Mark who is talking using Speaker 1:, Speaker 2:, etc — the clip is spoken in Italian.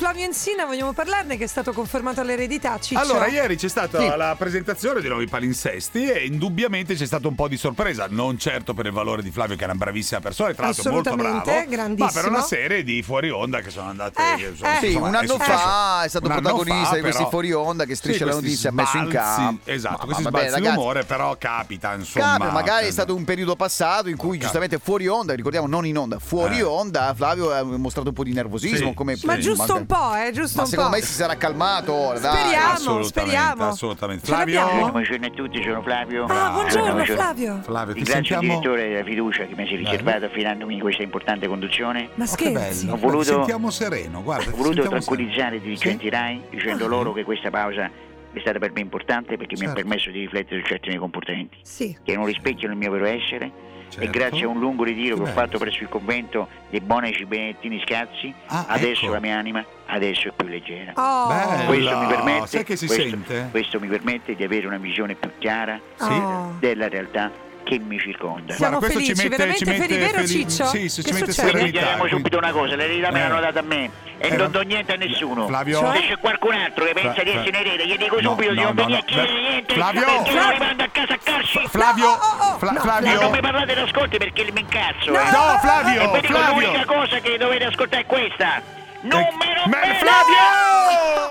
Speaker 1: Onion Sina vogliamo parlarne che è stato confermato all'eredità. Ciccio.
Speaker 2: Allora, ieri c'è stata
Speaker 3: Sì.
Speaker 2: la presentazione dei nuovi palinsesti e indubbiamente c'è stato un po' di sorpresa, non certo per il valore di Flavio che è una bravissima persona e tra l'altro molto bravo,
Speaker 1: Assolutamente,
Speaker 2: ma per
Speaker 1: grandissimo.
Speaker 2: una serie di fuori onda che sono andate
Speaker 1: Eh,
Speaker 2: sono-
Speaker 1: eh.
Speaker 3: Sì,
Speaker 2: insomma,
Speaker 3: un
Speaker 2: è
Speaker 3: anno
Speaker 2: successo.
Speaker 3: fa è stato
Speaker 2: Un anno
Speaker 3: protagonista
Speaker 2: fa,
Speaker 3: di questi
Speaker 2: però-
Speaker 3: fuori onda che Striscia
Speaker 2: Sì,
Speaker 3: la
Speaker 2: questi
Speaker 3: notizia ha messo in
Speaker 2: sbalzi-
Speaker 3: campo.
Speaker 2: Esatto,
Speaker 3: Ma-
Speaker 2: questi
Speaker 3: ma
Speaker 2: sbalzi
Speaker 3: vabbè, ragazzi,
Speaker 2: d'umore però capita, insomma.
Speaker 3: Capita, magari è
Speaker 2: cioè,
Speaker 3: stato un periodo passato in cui
Speaker 2: Capita.
Speaker 3: giustamente fuori onda, ricordiamo non in onda, fuori
Speaker 2: Eh.
Speaker 3: onda Flavio ha mostrato un po' di nervosismo
Speaker 2: Sì,
Speaker 3: come
Speaker 2: sì.
Speaker 1: Ma
Speaker 2: Sì,
Speaker 1: giusto un po', eh, giusto
Speaker 3: Ma
Speaker 1: un
Speaker 3: secondo
Speaker 1: po'.
Speaker 3: me si sarà calmato ora, dai.
Speaker 1: Speriamo,
Speaker 2: assolutamente,
Speaker 1: speriamo.
Speaker 2: assolutamente.
Speaker 1: Ce
Speaker 2: Flavio?
Speaker 1: l'abbiamo?
Speaker 4: Ecco, Buongiorno a tutti, sono Flavio.
Speaker 1: Ah, buongiorno
Speaker 4: Buongiorno.
Speaker 1: Flavio.
Speaker 2: Flavio, ti
Speaker 4: Ringrazio il
Speaker 2: sentiamo
Speaker 4: direttore della fiducia che mi si è riservato affidandomi questa importante conduzione.
Speaker 1: Ma
Speaker 2: Oh, che
Speaker 1: scherzi.
Speaker 2: bello.
Speaker 4: Ho voluto-
Speaker 2: Ti sentiamo sereno, guarda.
Speaker 4: Ho
Speaker 2: ti
Speaker 4: voluto
Speaker 2: sentiamo
Speaker 4: tranquillizzare i
Speaker 2: sereno.
Speaker 4: dirigenti RAI dicendo loro che questa pausa è stata per me importante perché mi ha
Speaker 2: Certo.
Speaker 4: permesso di riflettere su certi miei comportamenti
Speaker 1: Sì.
Speaker 4: che non rispecchiano il mio vero essere
Speaker 2: Sì,
Speaker 4: e
Speaker 2: certo.
Speaker 4: grazie a un lungo ritiro che ho
Speaker 2: Beh.
Speaker 4: fatto presso il convento dei Boneci Benettini Scazzi,
Speaker 2: Ah,
Speaker 4: adesso
Speaker 2: ecco.
Speaker 4: la mia anima adesso è più leggera.
Speaker 1: Oh.
Speaker 2: Bello.
Speaker 4: Questo mi permette,
Speaker 2: Sai che si
Speaker 4: questo-
Speaker 2: sente?
Speaker 4: questo mi permette di avere una visione più chiara
Speaker 2: Sì.
Speaker 1: Oh.
Speaker 4: della realtà che mi circonda.
Speaker 1: Siamo
Speaker 2: questo ci
Speaker 1: felici,
Speaker 2: mette-
Speaker 1: veramente
Speaker 2: ci mette
Speaker 1: felici, vero
Speaker 2: feli-
Speaker 1: Ciccio?
Speaker 2: sì, sì, ci
Speaker 1: che
Speaker 2: mette
Speaker 1: succede?
Speaker 2: serenità.
Speaker 4: Chiariamo
Speaker 2: quindi-
Speaker 4: subito una cosa, l'eredità me
Speaker 2: Eh.
Speaker 4: l'hanno data a me e
Speaker 2: Eh, ma-
Speaker 4: non do niente a nessuno.
Speaker 2: Flavio? Cioè?
Speaker 4: Se
Speaker 1: Cioè?
Speaker 4: c'è qualcun altro che pensa
Speaker 2: Fra-
Speaker 4: di
Speaker 2: fra-
Speaker 4: essere erede, gli dico
Speaker 2: No,
Speaker 4: subito di
Speaker 2: no,
Speaker 4: non
Speaker 2: no,
Speaker 4: venire a
Speaker 2: no.
Speaker 4: chiedere
Speaker 2: Fra-
Speaker 4: niente,
Speaker 2: Flavio?
Speaker 4: perché
Speaker 1: Fra-
Speaker 4: lo rimando a casa a carci.
Speaker 2: Flavio,
Speaker 1: No, oh, oh,
Speaker 2: Fla-
Speaker 1: no,
Speaker 2: Flavio,
Speaker 4: E non mi
Speaker 2: no,
Speaker 4: parlate d'ascolti perché mi incazzo. eh.
Speaker 2: Flavio,
Speaker 4: E vi dico
Speaker 2: Flavio,
Speaker 4: l'unica cosa che dovete ascoltare è questa.
Speaker 2: Eh,
Speaker 4: Numero
Speaker 2: ma-
Speaker 4: uno!
Speaker 2: Flavio!